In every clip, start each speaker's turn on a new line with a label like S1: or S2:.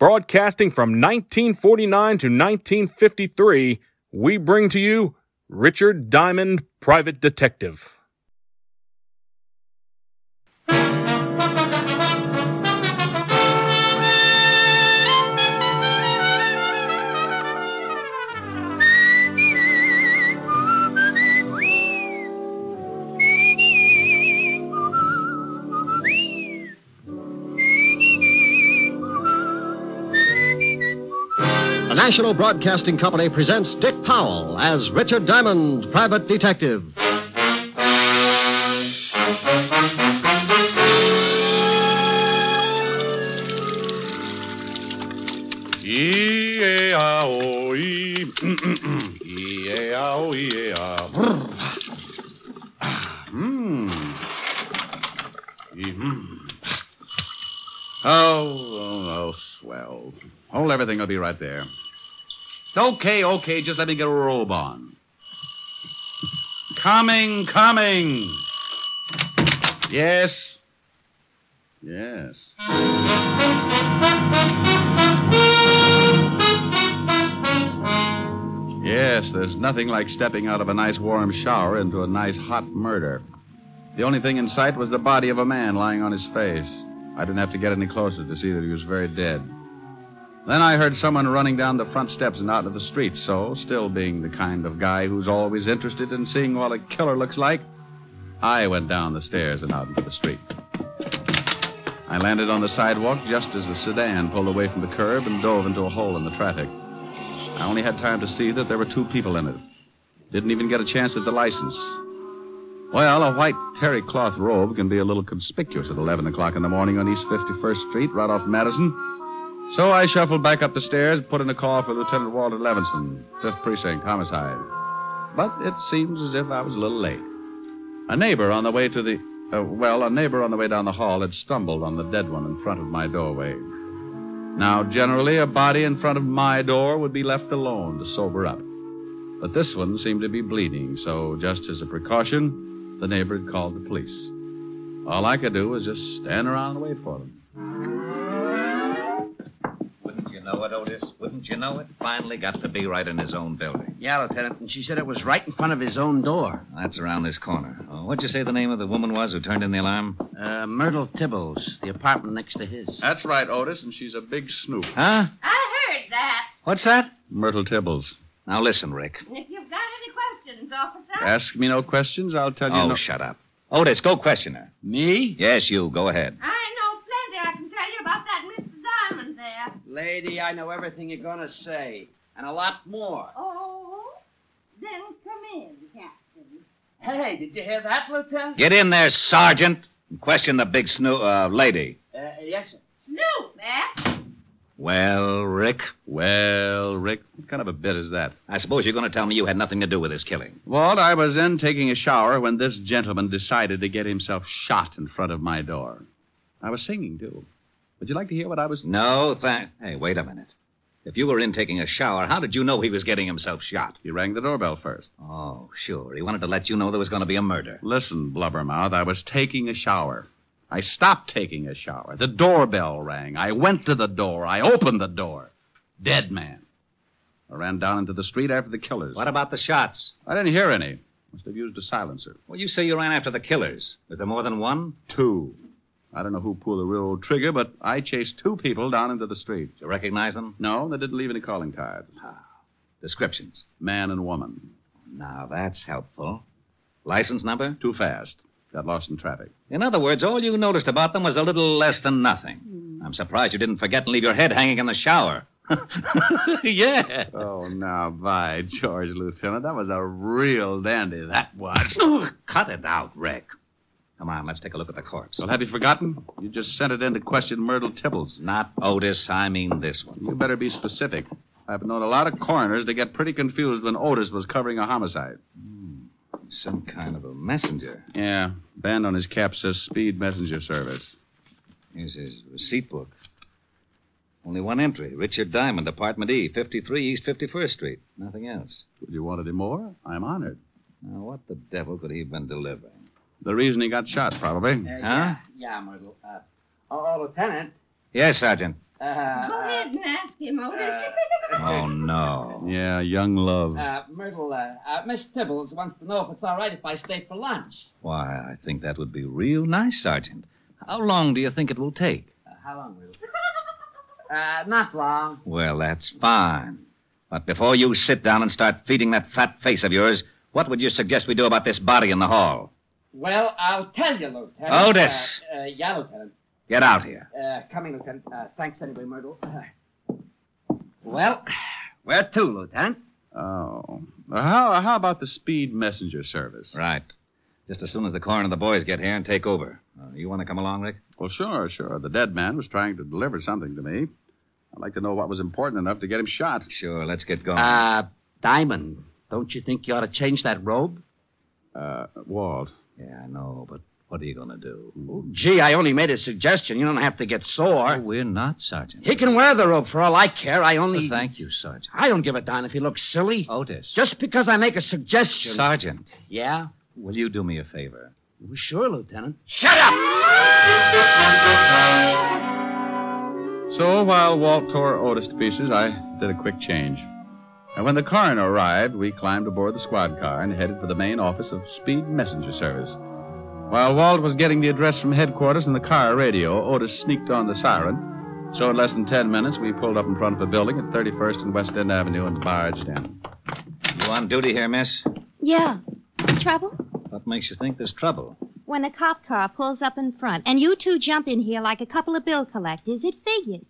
S1: broadcasting from 1949 to 1953, we bring to you Richard Diamond, Private Detective.
S2: The National Broadcasting Company presents Dick Powell as Richard Diamond, Private Detective.
S3: E-A-I-O-E. E-A-I-O-E-A. Brr. Ah, mm. Mhm. Oh, oh, oh, swell. Hold everything. I'll be right there. Okay, okay. Just let me get a robe on. Coming, coming. Yes. Yes. Yes, there's nothing like stepping out of a nice warm shower into a nice hot murder. The only thing in sight was the body of a man lying on his face. I didn't have to get any closer to see that he was very dead. Then I heard someone running down the front steps and out into the street, so, still being the kind of guy who's always interested in seeing what a killer looks like, I went down the stairs and out into the street. I landed on the sidewalk just as the sedan pulled away from the curb and dove into a hole in the traffic. I only had time to see that there were two people in it. Didn't even get a chance at the license. Well, a white terry cloth robe can be a little conspicuous at 11 o'clock in the morning on East 51st Street, right off Madison. So I shuffled back up the stairs, put in a call for Lieutenant Walter Levinson, 5th Precinct, Homicide. But it seems as if I was a little late. A neighbor on the way to the. Uh, well, a neighbor on the way down the hall had stumbled on the dead one in front of my doorway. Now, generally, a body in front of my door would be left alone to sober up. But this one seemed to be bleeding, so just as a precaution, the neighbor had called the police. All I could do was just stand around and wait for them.
S4: Wouldn't you know it, Otis? Wouldn't you know it? Finally got to be right in his own building.
S5: Yeah, Lieutenant, and she said it was right in front of his own door.
S4: That's around this corner. Oh, what'd you say the name of the woman was who turned in the alarm?
S5: Uh, Myrtle Tibbles, the apartment next to his.
S3: That's right, Otis, and she's a big snoop.
S4: Huh?
S6: I heard that.
S4: What's that?
S3: Myrtle Tibbles.
S4: Now listen, Rick.
S6: And if you've got any questions, officer.
S3: Ask me no questions, I'll tell you
S4: oh,
S3: no.
S4: shut up. Otis, go question her.
S5: Me?
S4: Yes, you. Go ahead.
S6: I know plenty I can tell you about that Mr. Diamond there.
S5: Lady, I know everything you're going to say, and a lot more.
S6: Oh? Then come in, Captain.
S5: Hey, did you hear that, Lieutenant?
S4: Get in there, Sergeant, and question the big snoo uh, lady.
S5: Uh, yes, sir.
S6: Snoop, eh?
S4: Well, Rick,
S3: Well, Rick, what kind of a bit is that?
S4: I suppose you're going to tell me you had nothing to do with this killing.
S3: Walt, I was in taking a shower when this gentleman decided to get himself shot in front of my door. I was singing, too. Would you like to hear what I was.
S4: No, thank. Hey, wait a minute. If you were in taking a shower, how did you know he was getting himself shot?
S3: He rang the doorbell first.
S4: Oh, sure. He wanted to let you know there was going to be a murder.
S3: Listen, Blubbermouth, I was taking a shower. I stopped taking a shower. The doorbell rang. I went to the door. I opened the door. Dead man. I ran down into the street after the killers.
S4: What about the shots?
S3: I didn't hear any. Must have used a silencer.
S4: Well, you say you ran after the killers. Was there more than one?
S3: Two. I don't know who pulled the real trigger, but I chased two people down into the street.
S4: Did you recognize them? Ah.
S3: No, they didn't leave any calling cards.
S4: Descriptions.
S3: Man and woman.
S4: Now, that's helpful. License number?
S3: Too fast. Got lost in traffic.
S4: In other words, all you noticed about them was a little less than nothing. I'm surprised you didn't forget and leave your head hanging in the shower. yeah.
S3: Oh, now, by George, Lieutenant, that was a real dandy, that was.
S4: Ugh, Cut it out, Rick. Come on, let's take a look at the corpse.
S3: Well, have you forgotten? You just sent it in to question Myrtle Tibbles.
S4: Not Otis, I mean this one.
S3: You better be specific. I've known a lot of coroners to get pretty confused when Otis was covering a homicide.
S4: Hmm, Some kind of a messenger.
S3: Yeah, band on his cap says speed messenger service.
S4: Here's his receipt book. Only one entry Richard Diamond, Apartment E, 53 East 51st Street. Nothing else.
S3: Would you want any more? I'm honored.
S4: Now, what the devil could he have been delivering?
S3: The reason he got shot, probably.
S5: Uh,
S4: Huh?
S5: Yeah, yeah, Myrtle. Uh, oh, oh, Lieutenant.
S4: Yes, Sergeant.
S5: Uh,
S6: Go ahead and ask him, Otis.
S3: uh,
S4: Oh, no.
S3: Yeah, young love.
S5: Uh, Myrtle, uh, uh, Miss Tibbles wants to know if it's all right if I stay for lunch.
S4: Why, I think that would be real nice, Sergeant. How long do you think it will take?
S5: Uh, how long, Myrtle? Uh, not long.
S4: Well, that's fine. But before you sit down and start feeding that fat face of yours, what would you suggest we do about this body in the hall?
S5: Well, I'll tell you, Lieutenant.
S4: Otis.
S5: Uh, uh, yeah, Lieutenant.
S4: Get out here.
S5: Uh, coming, Lieutenant. Uh, thanks anyway, Myrtle. Uh, well, where to, Lieutenant?
S3: Oh. Well, How, how about the speed messenger service?
S4: Right. Just as soon as the coroner and the boys get here and take over. Uh, you want to come along, Rick?
S3: Well, sure, sure. The dead man was trying to deliver something to me. I'd like to know what was important enough to get him shot.
S4: Sure, let's get going.
S5: Uh, Diamond, don't you think you ought to change that robe?
S3: Uh, Walt.
S4: yeah, I know, but what are you going to do?
S5: Gee, I only made a suggestion. You don't have to get
S4: Oh,
S5: sore.
S4: we're not, Sergeant.
S5: He can wear the robe for all I care. I only.
S4: Thank you, Sergeant.
S5: I don't give a darn if he looks silly.
S4: Otis.
S5: Just because I make a suggestion.
S4: Sergeant,
S5: Yeah?
S4: will you do me a favor?
S5: Well, Sure, Lieutenant.
S4: Shut up!
S3: So while Walt tore Otis to pieces, I did a quick change. And when the coroner arrived, we climbed aboard the squad car and headed for the main office of Speed Messenger Service. While Walt was getting the address from headquarters and the car radio, Otis sneaked on the siren. So in less than ten minutes, we pulled up in front of a building at 31st and West End Avenue and barged in.
S4: You on duty here, miss?
S6: Yeah. Trouble?
S4: What makes you think there's trouble?
S6: When a cop car pulls up in front and you two jump in here like a couple of bill collectors, it figures.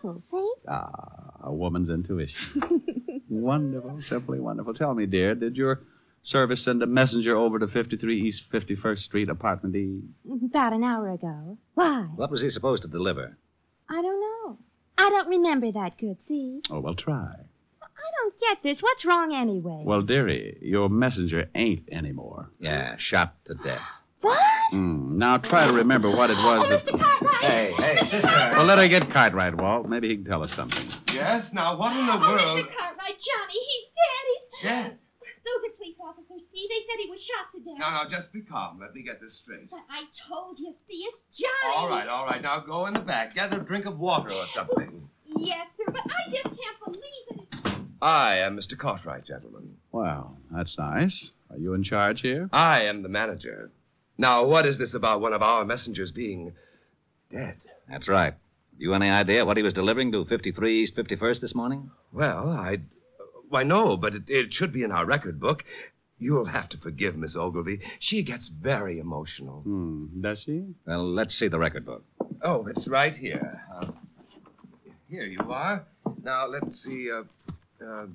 S6: Trouble, see?
S3: Ah, a woman's intuition. wonderful, simply wonderful. Tell me, dear, did your service send a messenger over to 53 East 51st Street, apartment E?
S6: About an hour ago. Why?
S4: What was he supposed to deliver?
S6: I don't know. I don't remember that good, see?
S3: Oh, well, try.
S6: I don't get this. What's wrong anyway?
S3: Well, dearie, your messenger ain't anymore.
S4: Yeah, shot to death.
S6: what?
S3: Mm, now try to remember what it
S6: Oh,
S3: was
S6: Mr.
S3: that.
S6: Cartwright!
S4: hey,
S3: Well, let her get Cartwright, Walt. Maybe he can tell us something.
S7: Yes, now what in the
S6: Oh,
S7: world?
S6: Mr. Cartwright, Johnny, he's dead. He's...
S7: Dead?
S6: Those are police officers, see? They said he was shot to death.
S7: Now, now, just be calm. Let me get this straight.
S6: But I told you, see, it's Johnny.
S7: All right, all right. Now go in the back. Gather a drink of water or something.
S6: Yes, sir, but I just can't believe it.
S7: I am Mr. Cartwright, gentlemen.
S3: Well, that's nice. Are you in charge here?
S7: I am the manager. Now, what is this about one of our messengers being dead?
S4: That's right. You any idea what he was delivering to 53 East 51st this morning?
S7: Well, I. Why, no, but it, it should be in our record book. You'll have to forgive Miss Ogilvy. She gets very emotional.
S3: Hmm, does she?
S4: Well, let's see the record book.
S7: Oh, it's right here. Uh, here you are. Now, let's see. Uh, uh,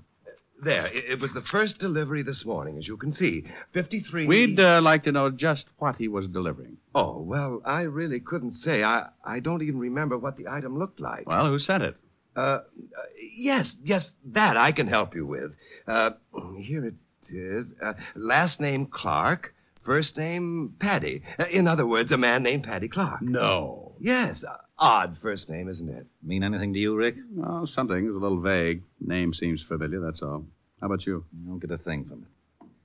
S7: there. It, it was the first delivery this morning, as you can see. 53.
S3: We'd uh, like to know just what he was delivering.
S7: Oh, well, I really couldn't say. I, I don't even remember what the item looked like.
S3: Well, who sent it?
S7: Uh, uh, yes, yes, that I can help you with. Uh, here it is. Uh, last name Clark, first name Paddy. Uh, in other words, a man named Paddy Clark.
S3: No.
S7: Yes, uh, odd first name, isn't it?
S4: Mean anything to you, Rick?
S3: Oh, something's a little vague. Name seems familiar, that's all. How about you?
S4: Don't get a thing from it.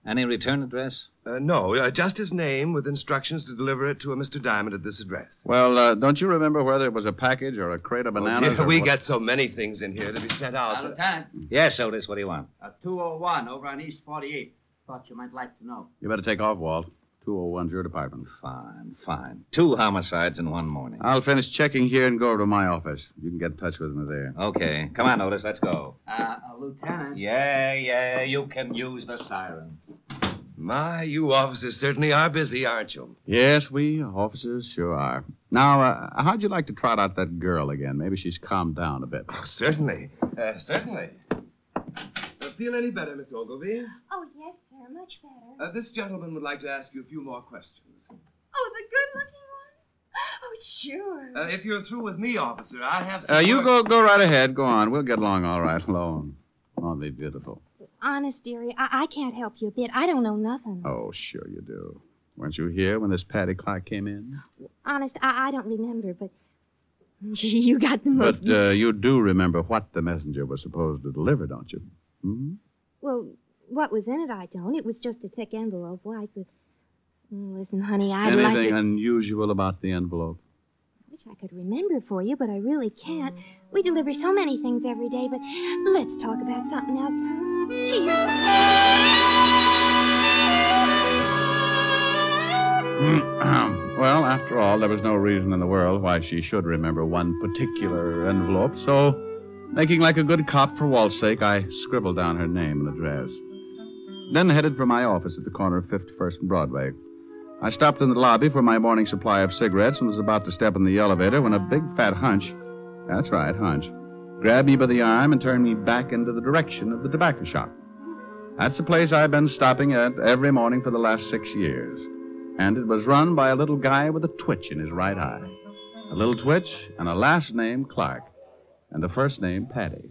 S4: Any return address?
S7: Uh, no, uh, just his name with instructions to deliver it to a Mr. Diamond at this address.
S3: Well, uh, don't you remember whether it was a package or a crate of bananas?
S7: Oh, dear,
S3: or
S7: we
S3: what-
S7: got so many things in here to be sent out.
S5: Lieutenant,
S4: Yes, Otis, what do you want?
S5: a 201 over on East 48. Thought you might like to know.
S3: You better take off, Walt. 201's your department.
S4: Fine, fine. Two homicides in one morning.
S3: I'll finish checking here and go over to my office. You can get in touch with me there.
S4: Okay, come on, Otis, let's go.
S5: Uh, uh Lieutenant.
S4: Yeah, yeah, you can use the siren.
S7: My, you officers certainly are busy, aren't you?
S3: Yes, we officers sure are. Now, uh, how'd you like to trot out that girl again? Maybe she's calmed down a bit.
S7: Oh, certainly. Uh, certainly. Uh, feel any better, Miss Ogilvy?
S6: Oh, yes, sir, much better.
S7: Uh, this gentleman would like to ask you a few more questions.
S8: Oh, the good-looking one? Oh, sure.
S7: Uh, if you're through with me, officer, I have some.
S3: Uh, you
S7: work-
S3: go go right ahead. Go on. We'll get along all right alone. Awfully beautiful.
S6: Honest, dearie, I, I can't help you a bit. I don't know nothing.
S3: Oh, sure you do. Weren't you here when this Patty Clark came in?
S6: Honest, I, I don't remember, but. Gee, you got the most.
S3: But uh, you do remember what the messenger was supposed to deliver, don't you? Hmm?
S6: Well, what was in it, I don't. It was just a thick envelope, white, but. Mm, Listen, honey, I'd like.
S3: Anything
S6: to-
S3: unusual about the envelope?
S6: wish I could remember for you, but I really can't. We deliver so many things every day, but let's talk about something else. huh?
S3: well, after all, there was no reason in the world why she should remember one particular envelope, so, making like a good cop for Walt's sake, I scribbled down her name and address. Then headed for my office at the corner of 51st and Broadway. I stopped in the lobby for my morning supply of cigarettes and was about to step in the elevator when a big fat hunch that's right, hunch grabbed me by the arm and turned me back into the direction of the tobacco shop. That's the place I've been stopping at every morning for the last six years and it was run by a little guy with a twitch in his right eye. A little twitch and a last name Clark, and a first name Patty.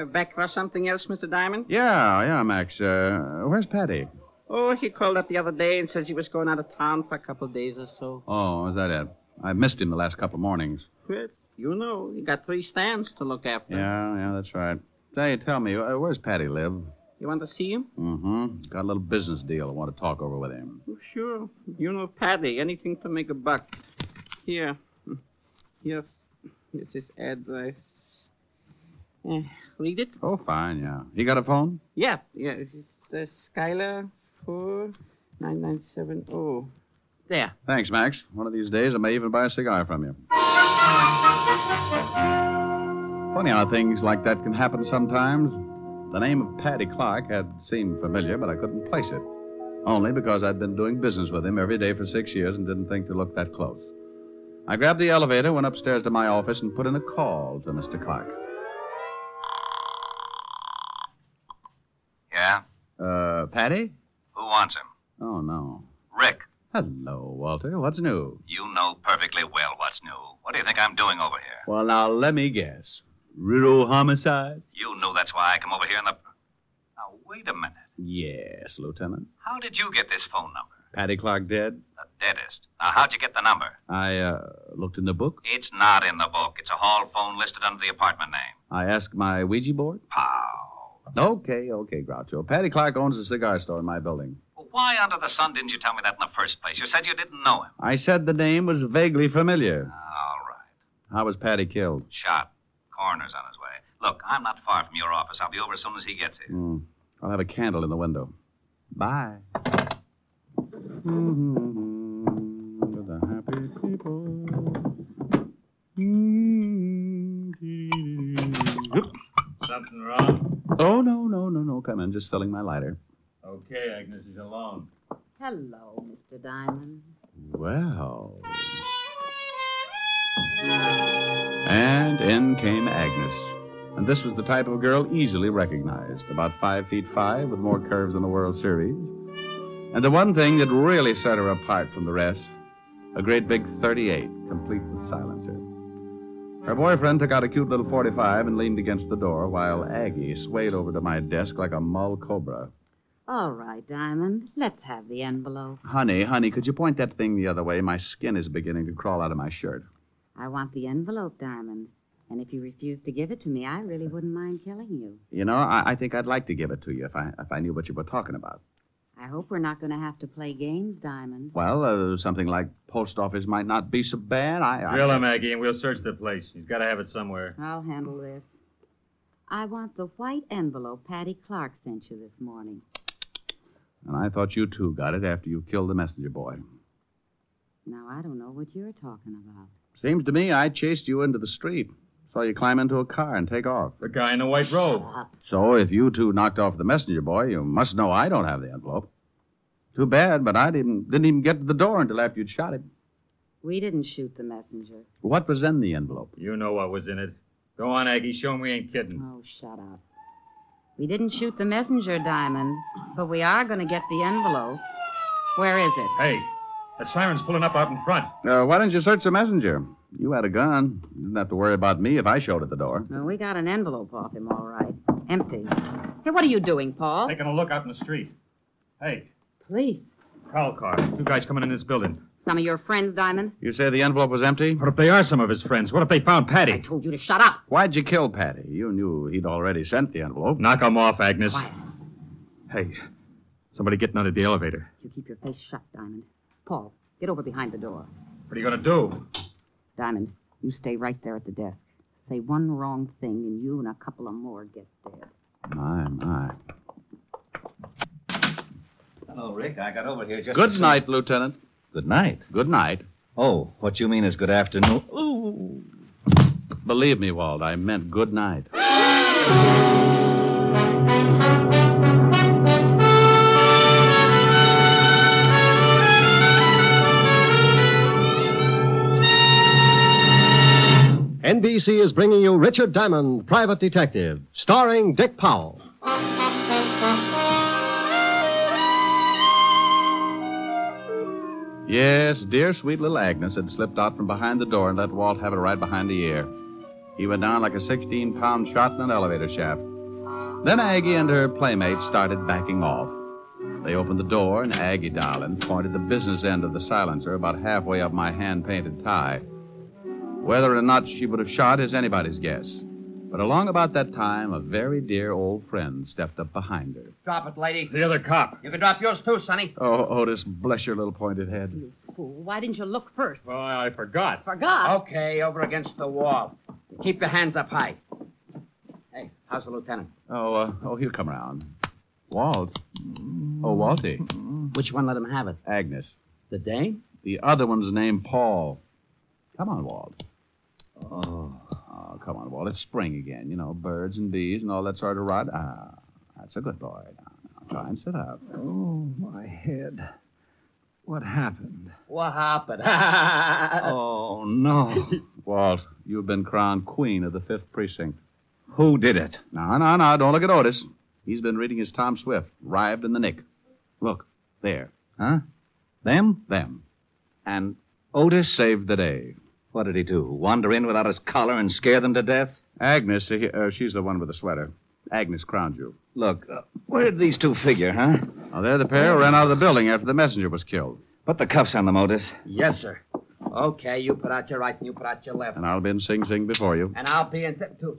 S5: Uh, back for something else, Mr. Diamond?
S3: Yeah, yeah, Max. Uh, where's Patty?
S5: Oh, he called up the other day and says he was going out of town for a couple of days or so.
S3: Oh, is that it? I missed him the last couple of mornings.
S5: Well, you know, he got three stands to look after.
S3: Yeah, yeah, that's right. Say, tell me, uh, where's Patty live?
S5: You want to see him?
S3: Mm-hmm. Got a little business deal I want to talk over with him.
S5: Oh, sure. You know Patty. Anything to make a buck. Here. Yes. Here's his address. Eh, read it.
S3: Oh, fine, yeah. He got a phone?
S5: Yeah. Yeah. It's uh, Skylar 49970. oh. There.
S3: Thanks, Max. One of these days, I may even buy a cigar from you. Funny how things like that can happen sometimes. The name of Paddy Clark had seemed familiar, but I couldn't place it. Only because I'd been doing business with him every day for six years and didn't think to look that close. I grabbed the elevator, went upstairs to my office, and put in a call to Mr. Clark.
S4: Yeah?
S3: Uh, Patty?
S4: Who wants him?
S3: Oh, no.
S4: Rick,
S3: Hello, Walter. What's new?
S4: you know perfectly well what's new. What do you think I'm doing over here?
S3: Well, now, let me guess. Rural homicide?
S4: You knew that's why I come over here in the. Now, wait a minute.
S3: Yes, Lieutenant.
S4: How did you get this phone number?
S3: Patty Clark dead?
S4: The deadest. Now, how'd you get the number?
S3: I uh, looked in the book.
S4: It's not in the book. It's a hall phone listed under the apartment name. Oh.
S3: I asked my Ouija board.
S4: Pow.
S3: Okay, okay, Groucho. Patty Clark owns a cigar store in my building.
S4: Well, why under the sun didn't you tell me that in the first place? You said you didn't know him.
S3: I said the name was vaguely familiar.
S4: All right.
S3: How was Patty killed?
S4: Shot. Coroner's on his way. Look, I'm not far from your office. I'll be over as soon as he gets here.
S3: Hmm. I'll have a candle in the window. Bye. Mm-hmm. The happy people. Mm-hmm.
S9: Something wrong?
S3: Oh, no, no, no, no. Come in. Just filling my lighter.
S9: Okay, Agnes is alone.
S10: Hello, Mr. Diamond.
S3: Well. And in came Agnes. And this was the type of girl easily recognized, about five feet five, with more curves than the World Series. And the one thing that really set her apart from the rest, a great big 38, complete with silencer. Her boyfriend took out a cute little 45 and leaned against the door, while Aggie swayed over to my desk like a mull cobra.
S10: All right, Diamond. Let's have the envelope.
S3: Honey, honey, could you point that thing the other way? My skin is beginning to crawl out of my shirt.
S10: I want the envelope, Diamond. And if you refuse to give it to me, I really wouldn't mind killing you.
S3: You know, I, I think I'd like to give it to you if I if I knew what you were talking about.
S10: I hope we're not going to have to play games, Diamond.
S3: Well, uh, something like post office might not be so bad. I, I
S9: Drill him, Aggie, and we'll search the place. He's got to have it somewhere.
S10: I'll handle this. I want the white envelope Patty Clark sent you this morning.
S3: And I thought you too got it after you killed the messenger boy.
S10: Now, I don't know what you're talking about.
S3: Seems to me I chased you into the street, saw you climb into a car and take off.
S9: The guy in the white robe.
S3: So if you two knocked off the messenger boy, you must know I don't have the envelope. Too bad, but I didn't didn't even get to the door until after you'd shot him.
S10: We didn't shoot the messenger.
S3: What was in the envelope?
S9: You know what was in it. Go on, Aggie. Show 'em we ain't kidding.
S10: Oh, shut up. We didn't shoot the messenger, Diamond, but we are going to get the envelope. Where is it?
S9: Hey, That siren's pulling up out in front.
S3: Uh, why didn't you search the messenger? You had a gun. You didn't have to worry about me if I showed at the door.
S10: Well, we got an envelope off him, all right. Empty. Hey, what are you doing, Paul?
S9: Taking a look out in the street. Hey,
S10: Police.
S9: prowl car. Two guys coming in this building.
S10: Some of your friends, Diamond?
S3: You say the envelope was empty?
S9: What if they are some of his friends? What if they found Patty? I
S10: told you to shut up.
S3: Why'd you kill Patty? You knew he'd already sent the envelope.
S9: Knock him off, Agnes.
S10: Quiet.
S9: Hey, somebody getting out of the elevator.
S10: You keep your face shut, Diamond. Paul, get over behind the door.
S9: What are you going to do?
S10: Diamond, you stay right there at the desk. Say one wrong thing, and you and a couple of more get dead.
S3: My, my.
S4: Hello, Rick. I got over here just.
S3: Good
S4: as soon-
S3: night, Lieutenant.
S4: Good night.
S3: Good night.
S4: Oh, what you mean is good afternoon.
S3: Ooh. Believe me, Walt, I meant good night.
S2: NBC is bringing you Richard Diamond, Private Detective, starring Dick Powell.
S3: Yes, dear sweet little Agnes had slipped out from behind the door and let Walt have it right behind the ear. He went down like a 16 pound shot in an elevator shaft. Then Aggie and her playmate started backing off. They opened the door, and Aggie Darling pointed the business end of the silencer about halfway up my hand painted tie. Whether or not she would have shot is anybody's guess. But along about that time, a very dear old friend stepped up behind her.
S11: Drop it, lady.
S9: The other cop.
S11: You can drop yours too, Sonny.
S3: Oh, Otis, bless your little pointed head.
S10: Fool, why didn't you look first?
S9: Well, Oh, I I forgot.
S2: Oh,
S10: Forgot.
S11: Okay, over against the wall. Keep your hands up high. Hey, how's the lieutenant?
S3: Oh, uh, oh, he'll come around. Walt. Oh, Waltie.
S11: Which one let him have it?
S3: Agnes.
S11: The dame?
S3: The other one's named Paul. Come on, Walt. Oh, oh, come on, Walt. It's spring again. You know, birds and bees and all that sort of rot. Ah, that's a good boy. Now, now, try and sit up.
S12: Oh, my head. What happened?
S11: What happened?
S3: Oh, no. Walt, you've been crowned queen of the fifth precinct.
S4: Who did it?
S3: No, no, no. Don't look at Otis. He's been reading his Tom Swift, arrived in the nick. Look, there.
S4: Huh? Them?
S3: Them. And
S4: Otis?
S3: saved the day.
S4: What did he do? Wander in without his collar and scare them to death?
S3: Agnes, uh, he- uh, she's the one with the sweater. Agnes crowned you.
S4: Look, uh, where did these two figure, huh?
S3: Now, there the pair ran out of the building after the messenger was killed.
S4: Put the cuffs on them, Otis.
S11: yes, sir. Okay, you put out your right and you put out your left.
S3: And I'll be in Sing Sing before you.
S11: And I'll be in step two.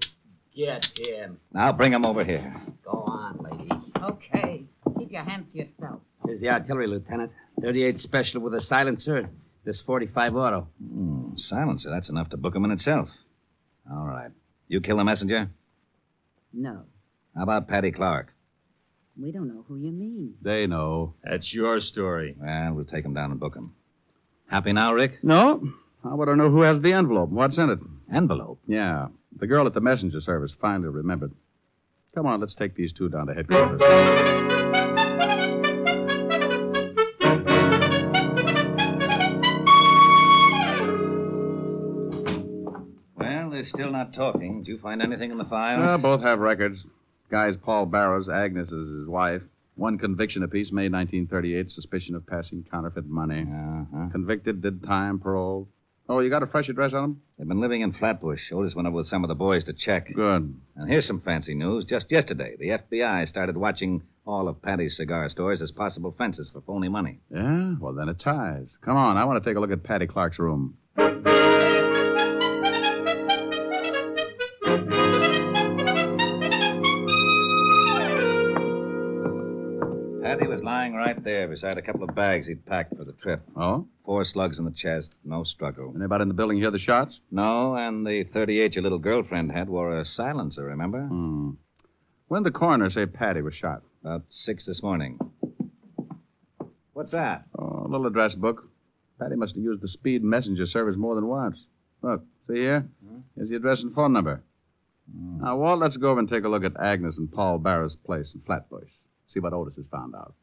S11: Get him.
S4: Now bring them over here.
S11: Go on, lady.
S10: Okay. Keep your hands to yourself.
S11: Here's the artillery, Lieutenant. 38 special with a silencer. This 45 auto.
S4: Hmm, silencer, that's enough to book 'em in itself. All right. You kill the messenger?
S10: No,
S4: How about Patty Clark?
S10: we don't know who you mean.
S3: They know.
S9: That's your story.
S4: Well, we'll take 'em down and book 'em. Happy now, Rick?
S3: No? How would I know who has the envelope and what sent it?
S4: Envelope.
S3: Yeah. The girl at the messenger service finally remembered. Come on, let's take these two down to headquarters.
S4: Well, they're still not talking. Did you find anything in the files?
S3: Uh, both have records. Guy's Paul Barrows, Agnes is his wife. One conviction apiece, May 1938, suspicion of passing counterfeit money.
S4: Uh-huh.
S3: Convicted, did time, parole. Oh, you got a fresh address on him?
S4: They've been living in Flatbush. Otis went over with some of the boys to check.
S3: Good.
S4: And here's some fancy news. Just yesterday, the FBI started watching all of Patty's cigar stores as possible fences for phony money.
S3: Yeah? Well, then it ties. Come on, I want to take a look at Patty Clark's room.
S4: Patty was lying right there beside a couple of bags he'd packed for the trip.
S3: Oh?
S4: Four slugs in the chest, no struggle.
S3: Anybody in the building hear the shots?
S4: No, and the 38 your little girlfriend had wore a silencer, remember?
S3: Hmm. When did the coroner say Patty was shot?
S4: About six this morning. What's that?
S3: Oh, a little address book. Patty must have used the speed messenger service more than once. Look, see here?
S4: Hmm?
S3: Here's the address and phone number. Now, Walt, let's go over and take a look at Agnes and Paul Barrow's place in Flatbush. See what Otis has found out.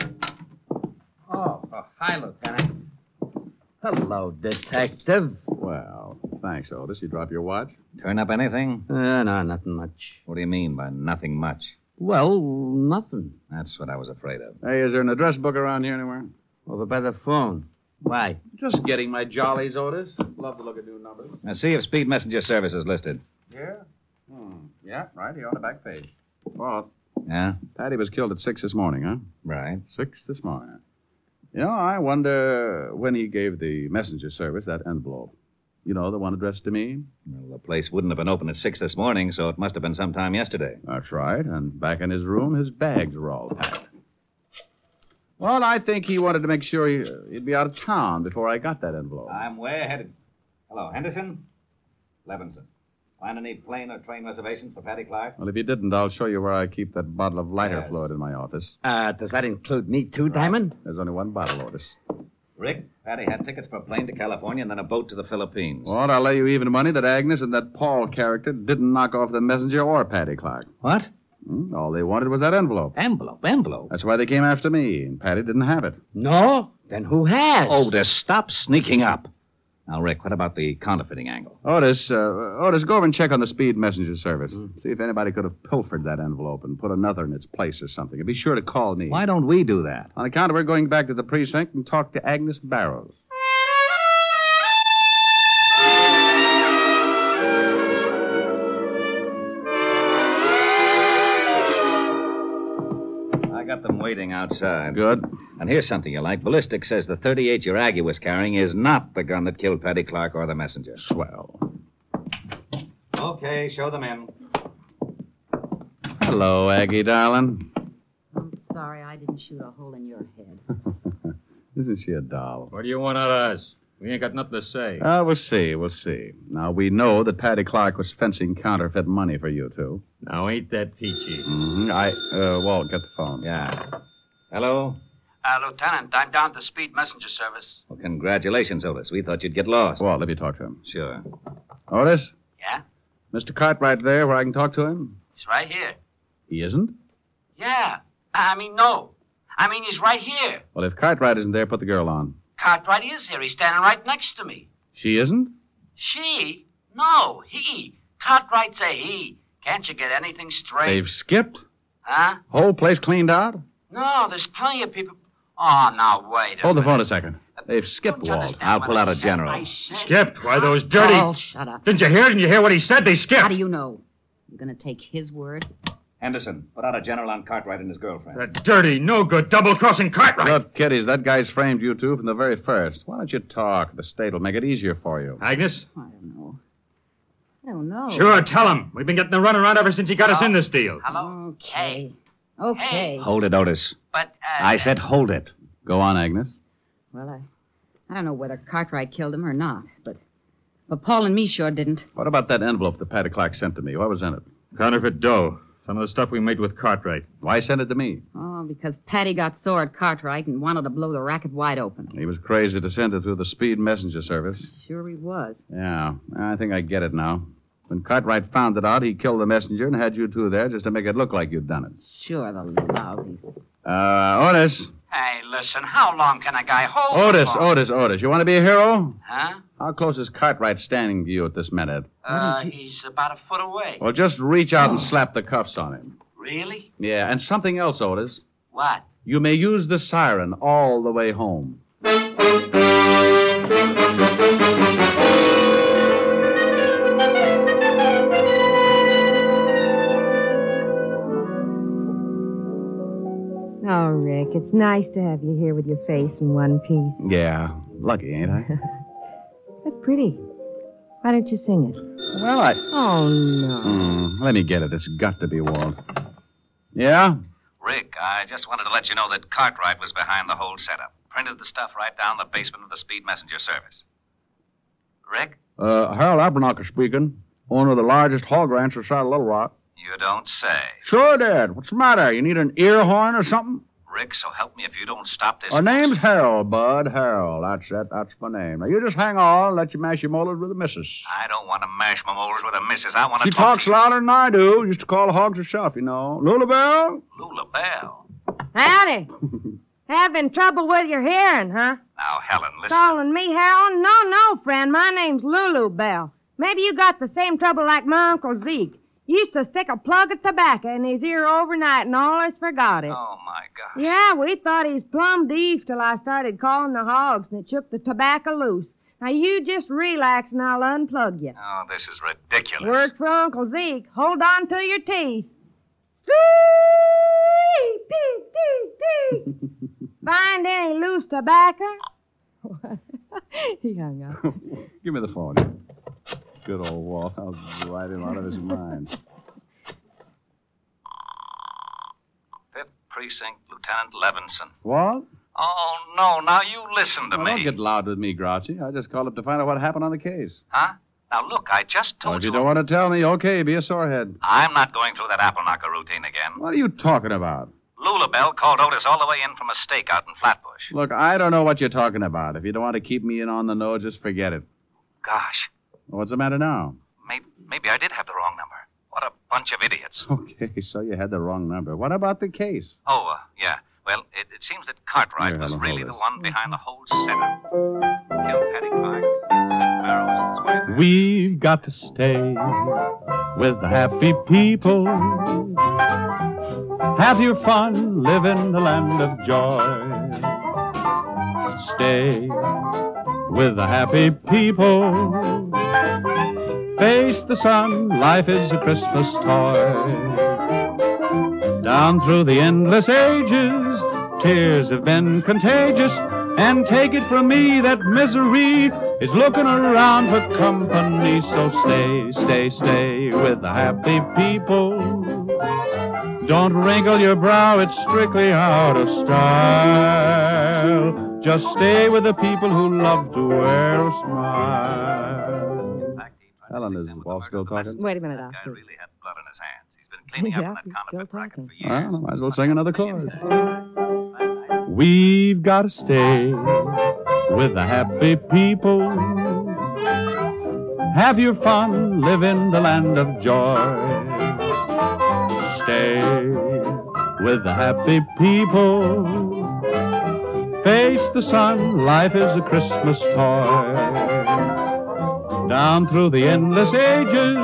S11: Oh, oh, hi, Lieutenant. Hello, Detective.
S3: Well, thanks, Otis. You drop your watch?
S4: Turn up anything?
S11: Uh, no, nothing much.
S4: What do you mean by nothing much?
S11: Well, nothing.
S4: That's what I was afraid of.
S3: Hey, is there an address book around here anywhere?
S11: Over by the phone. Why?
S3: Just getting my jollies, Otis. Love to look at new numbers.
S4: Now, see if Speed Messenger Service is listed.
S3: Yeah? Hmm. Yeah, right here on the back page. Well,
S4: Yeah?
S3: Patty was killed at 6 this morning, huh?
S4: Right.
S3: Six this morning. You know, I wonder when he gave the messenger service that envelope. You know, the one addressed to me?
S4: Well, the place wouldn't have been open at 6 this morning, so it must have been sometime yesterday.
S3: That's right. And back in his room, his bags were all packed. Well, I think he wanted to make sure he, he'd be out of town before I got that envelope.
S4: I'm way ahead. Hello, Henderson? Levinson. Find any plane or train reservations for Patty Clark?
S3: Well, if you didn't, I'll show you where I keep that bottle of lighter fluid in my office.
S11: Uh, does that include me too, Diamond?
S3: There's only one bottle, Otis.
S4: Rick, Patty had tickets for a plane to California and then a boat to the Philippines.
S3: Well, I'll lay you even money that Agnes and that Paul character didn't knock off the messenger or Patty Clark.
S11: What?
S3: Hmm, all they wanted was that envelope.
S11: Envelope, envelope.
S3: That's why they came after me, and Patty didn't have it.
S11: No? Then who has?
S4: Oh, just stop sneaking up. Now, Rick, what about the counterfeiting angle?
S3: Otis, uh, Otis, go over and check on the speed messenger service.
S4: Hmm.
S3: See if anybody could have pilfered that envelope and put another in its place or something. And be sure to call me.
S4: Why don't we do that?
S3: On account of her going back to the precinct and talk to Agnes Barrows.
S4: I got them waiting outside.
S3: Good.
S4: And here's something you like. Ballistic says the 38 your Aggie was carrying is not the gun that killed Patty Clark or the messenger.
S3: Swell.
S4: Okay, show them in.
S3: Hello, Aggie, darling.
S10: I'm sorry I didn't shoot a hole in your head.
S3: Isn't she a doll?
S9: What do you want out of us? We ain't got nothing to say.
S3: Uh, we'll see, we'll see. Now, we know that Patty Clark was fencing counterfeit money for you two.
S9: now, ain't that peachy?
S3: Mm-hmm. I, uh, Walt, get the phone.
S4: Yeah. Hello?
S11: Uh, Lieutenant, I'm down to Speed Messenger Service.
S4: Well, congratulations, Otis. We thought you'd get lost.
S3: Walt, let me talk to him.
S4: Sure.
S3: Otis?
S11: Yeah?
S3: Mr. Cartwright there where I can talk to him?
S11: He's right here.
S3: He isn't?
S11: Yeah. I mean, no. I mean, he's right here.
S3: Well, if Cartwright isn't there, put the girl on.
S11: Cartwright is here. He's standing right next to me.
S3: She isn't?
S11: She? No, he. Cartwright's a he. Can't you get anything straight?
S3: They've skipped?
S11: Huh?
S3: Whole place cleaned out?
S11: No, there's plenty of people. Oh, now wait. A
S3: Hold the
S11: minute.
S3: phone a second. They've skipped,
S11: Don't you
S3: Walt.
S11: understand
S4: I'll
S11: what
S4: pull
S11: I
S4: out a
S11: said?
S4: general.
S11: I said-
S9: Skipped? Why, those dirty.
S10: Oh, shut up.
S9: Didn't you hear? Didn't you hear what he said? They skipped.
S10: How do you know? You're going to take his word?
S4: Henderson, put out a general on Cartwright and his girlfriend.
S9: That dirty, no good, double crossing Cartwright.
S3: Look, kiddies, that guy's framed you two from the very first. Why don't you talk? The state will make it easier for you.
S9: Agnes?
S10: I don't know. I don't know.
S9: Sure, tell him. We've been getting the runaround ever since he got us in this deal.
S11: Hello?
S10: Okay. Okay.
S4: Hold it, Otis.
S11: But, uh.
S4: I said hold it.
S3: Go on, Agnes.
S10: Well, I, I don't know whether Cartwright killed him or not, but, but Paul and me sure didn't.
S3: What about that envelope that Patty Clark sent to me? What was in it?
S9: Counterfeit dough. Some of the stuff we made with Cartwright.
S3: Why send it to me?
S10: Oh, because Patty got sore at Cartwright and wanted to blow the racket wide open.
S3: He was crazy to send it through the speed messenger service.
S10: Sure he was.
S3: Yeah, I think I get it now. When Cartwright found it out, he killed the messenger and had you two there just to make it look like you'd done it.
S10: Sure, the lousy.
S3: Uh, Otis.
S11: Hey, listen, how long can a guy hold? it
S3: Otis, oh.
S11: for?
S3: Otis, Otis. You want to be a hero?
S11: Huh?
S3: How close is Cartwright standing to you at this minute?
S11: Uh, he's about a foot away.
S3: Well, just reach out and slap the cuffs on him.
S11: Really?
S3: Yeah, and something else, Otis.
S11: What?
S3: You may use the siren all the way home.
S13: Oh, Rick, it's nice to have you here with your face in one piece.
S3: Yeah, lucky, ain't I?
S13: That's pretty. Why don't you sing it?
S3: well, I.
S13: Oh, no.
S3: Hmm, let me get it. It's got to be Walt. Yeah?
S4: Rick, I just wanted to let you know that Cartwright was behind the whole setup. Printed the stuff right down the basement of the Speed Messenger service. Rick,
S3: Uh, Harold Abernocker speaking. Owner of the largest hog ranch outside of Little Rock.
S4: you don't say.
S3: Sure, Dad. What's the matter? You need an ear horn or something?
S4: Rick, so help me if you don't stop this.
S3: Our name's Harold, Bud. Harold. That's it. That's my name. Now, you just hang on and let you mash your molars with the missus.
S4: I don't want to mash my molars with a missus. I want to
S3: She
S4: talk
S3: talks
S4: to
S3: louder than I do. Used to call hogs herself, you know. Lulabelle?
S4: Lula Bell.
S13: Howdy. Having trouble with your hearing, huh?
S4: Now, Helen, listen.
S13: Calling me Harold? No, no, friend. My name's Lulu Bell.
S14: Maybe you got the same trouble like my Uncle Zeke. Used to stick a plug of tobacco in his ear overnight and allers forgot it.
S4: Oh, my God.
S14: Yeah, we thought he's plumb deaf till I started calling the hogs and it shook the tobacco loose. Now you just relax and I'll unplug you.
S4: Oh, this is ridiculous.
S14: Work for Uncle Zeke. Hold on to your teeth. Find any loose tobacco? he hung up.
S3: Give me the phone. Good old Walt. I'll write him out of his mind.
S4: Fifth Precinct, Lieutenant Levinson.
S3: Walt?
S4: Oh, no. Now you listen to
S3: Now,
S4: me.
S3: don't get loud with me, Grouchy. I just called up to find out what happened on the case.
S4: Huh? Now, look, I just
S3: Well,
S4: told
S3: if you don't want to tell me, okay, be a sorehead.
S4: I'm not going through that apple knocker routine again.
S3: What are you talking about?
S4: Lulabelle called Otis all the way in from a stake out in Flatbush.
S3: Look, I don't know what you're talking about. If you don't want to keep me in on the know, just forget it.
S4: Gosh,
S3: What's the matter now?
S4: maybe, maybe I did have the wrong number. What a bunch of idiots.
S3: Okay, so you had the wrong number. What about the case?
S4: Oh, uh, yeah. Well, it, it seems that Cartwright
S3: Here,
S4: was
S3: Helen,
S4: really
S3: hold
S4: the one behind the whole setup. Killed Patty Clark.
S15: We've got to stay with the happy people. Have your fun, live in the land of joy. Stay with the happy people. Face the sun, life is a Christmas toy. Down through the endless ages, tears have been contagious. And take it from me that misery is looking around for company. So stay, stay, stay with the happy people. Don't wrinkle your brow, it's strictly out of style. Just stay with the people who love to wear a smile.
S3: Helen, is Walt still talking?
S13: Wait a minute, Oscar.
S4: really had blood on his hands. He's been cleaning
S13: Yeah,
S4: up on
S13: he's
S4: that counterfeit
S13: still
S4: racket
S13: talking.
S4: for
S3: Well, I might as well sing another chorus.
S15: We've got to stay with the happy people. Have your fun, live in the land of joy. Stay with the happy people. Face the sun, life is a Christmas toy. Down through the endless ages,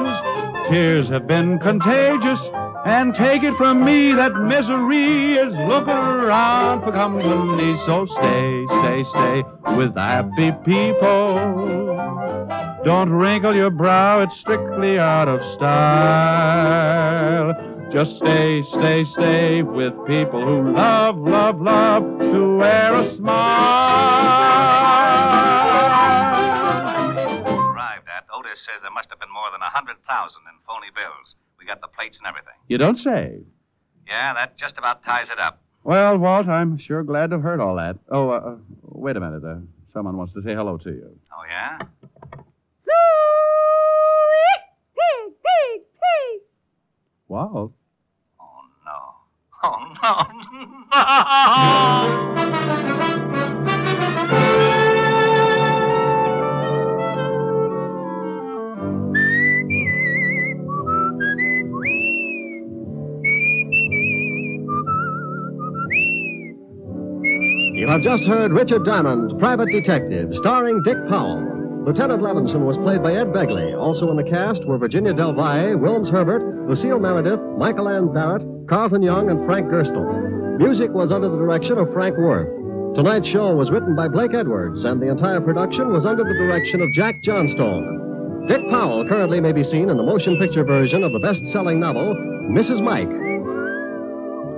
S15: tears have been contagious. And take it from me that misery is looking around for company. So stay, stay, stay with the happy people. Don't wrinkle your brow, it's strictly out of style. Just stay, stay, stay with people who love, love, love to wear a smile.
S4: Arrived at, Otis says there must have been more than a 100,000 in phony bills. We got the plates and everything.
S3: You don't say.
S4: Yeah, that just about ties it up.
S3: Well, Walt, I'm sure glad to have heard all that. Oh, uh, uh, wait a minute. Uh, someone wants to say hello to you.
S4: Oh, yeah?
S3: Walt?
S4: Oh, no, no!
S2: You have just heard Richard Diamond, Private Detective, starring Dick Powell. Lieutenant Levinson was played by Ed Begley. Also in the cast were Virginia Del Valle, Wilms Herbert, Lucille Meredith, Michael Ann Barrett, Carlton Young, and Frank Gerstel. Music was under the direction of Frank Worth. Tonight's show was written by Blake Edwards, and the entire production was under the direction of Jack Johnstone. Dick Powell currently may be seen in the motion picture version of the best selling novel, Mrs. Mike.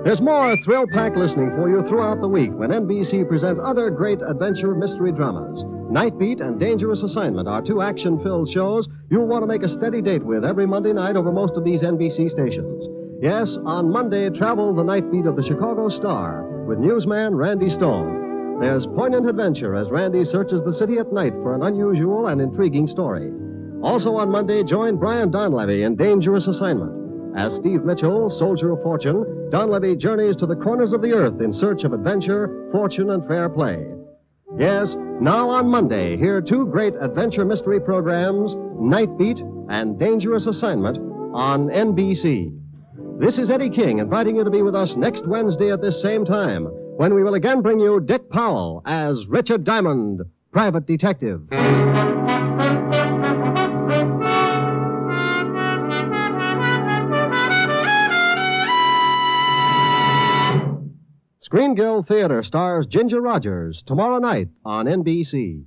S2: There's more thrill packed listening for you throughout the week when NBC presents other great adventure mystery dramas. Night Beat and Dangerous Assignment are two action filled shows you'll want to make a steady date with every Monday night over most of these NBC stations. Yes, on Monday, travel the night beat of the Chicago Star with newsman Randy Stone. There's poignant adventure as Randy searches the city at night for an unusual and intriguing story. Also on Monday, join Brian Donlevy in Dangerous Assignment. As Steve Mitchell, soldier of fortune, Donlevy journeys to the corners of the earth in search of adventure, fortune, and fair play. Yes, now on Monday, hear two great adventure mystery programs, Night Beat and Dangerous Assignment, on NBC. This is Eddie King inviting you to be with us next Wednesday at this same time when we will again bring you Dick Powell as Richard Diamond, private detective. Green Gill Theater stars Ginger Rogers tomorrow night on NBC.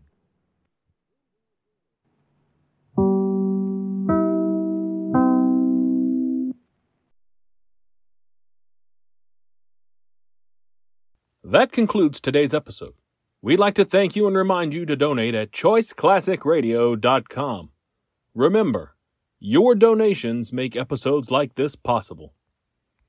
S1: That concludes today's episode. We'd like to thank you and remind you to donate at choiceclassicradio.com. Remember, your donations make episodes like this possible.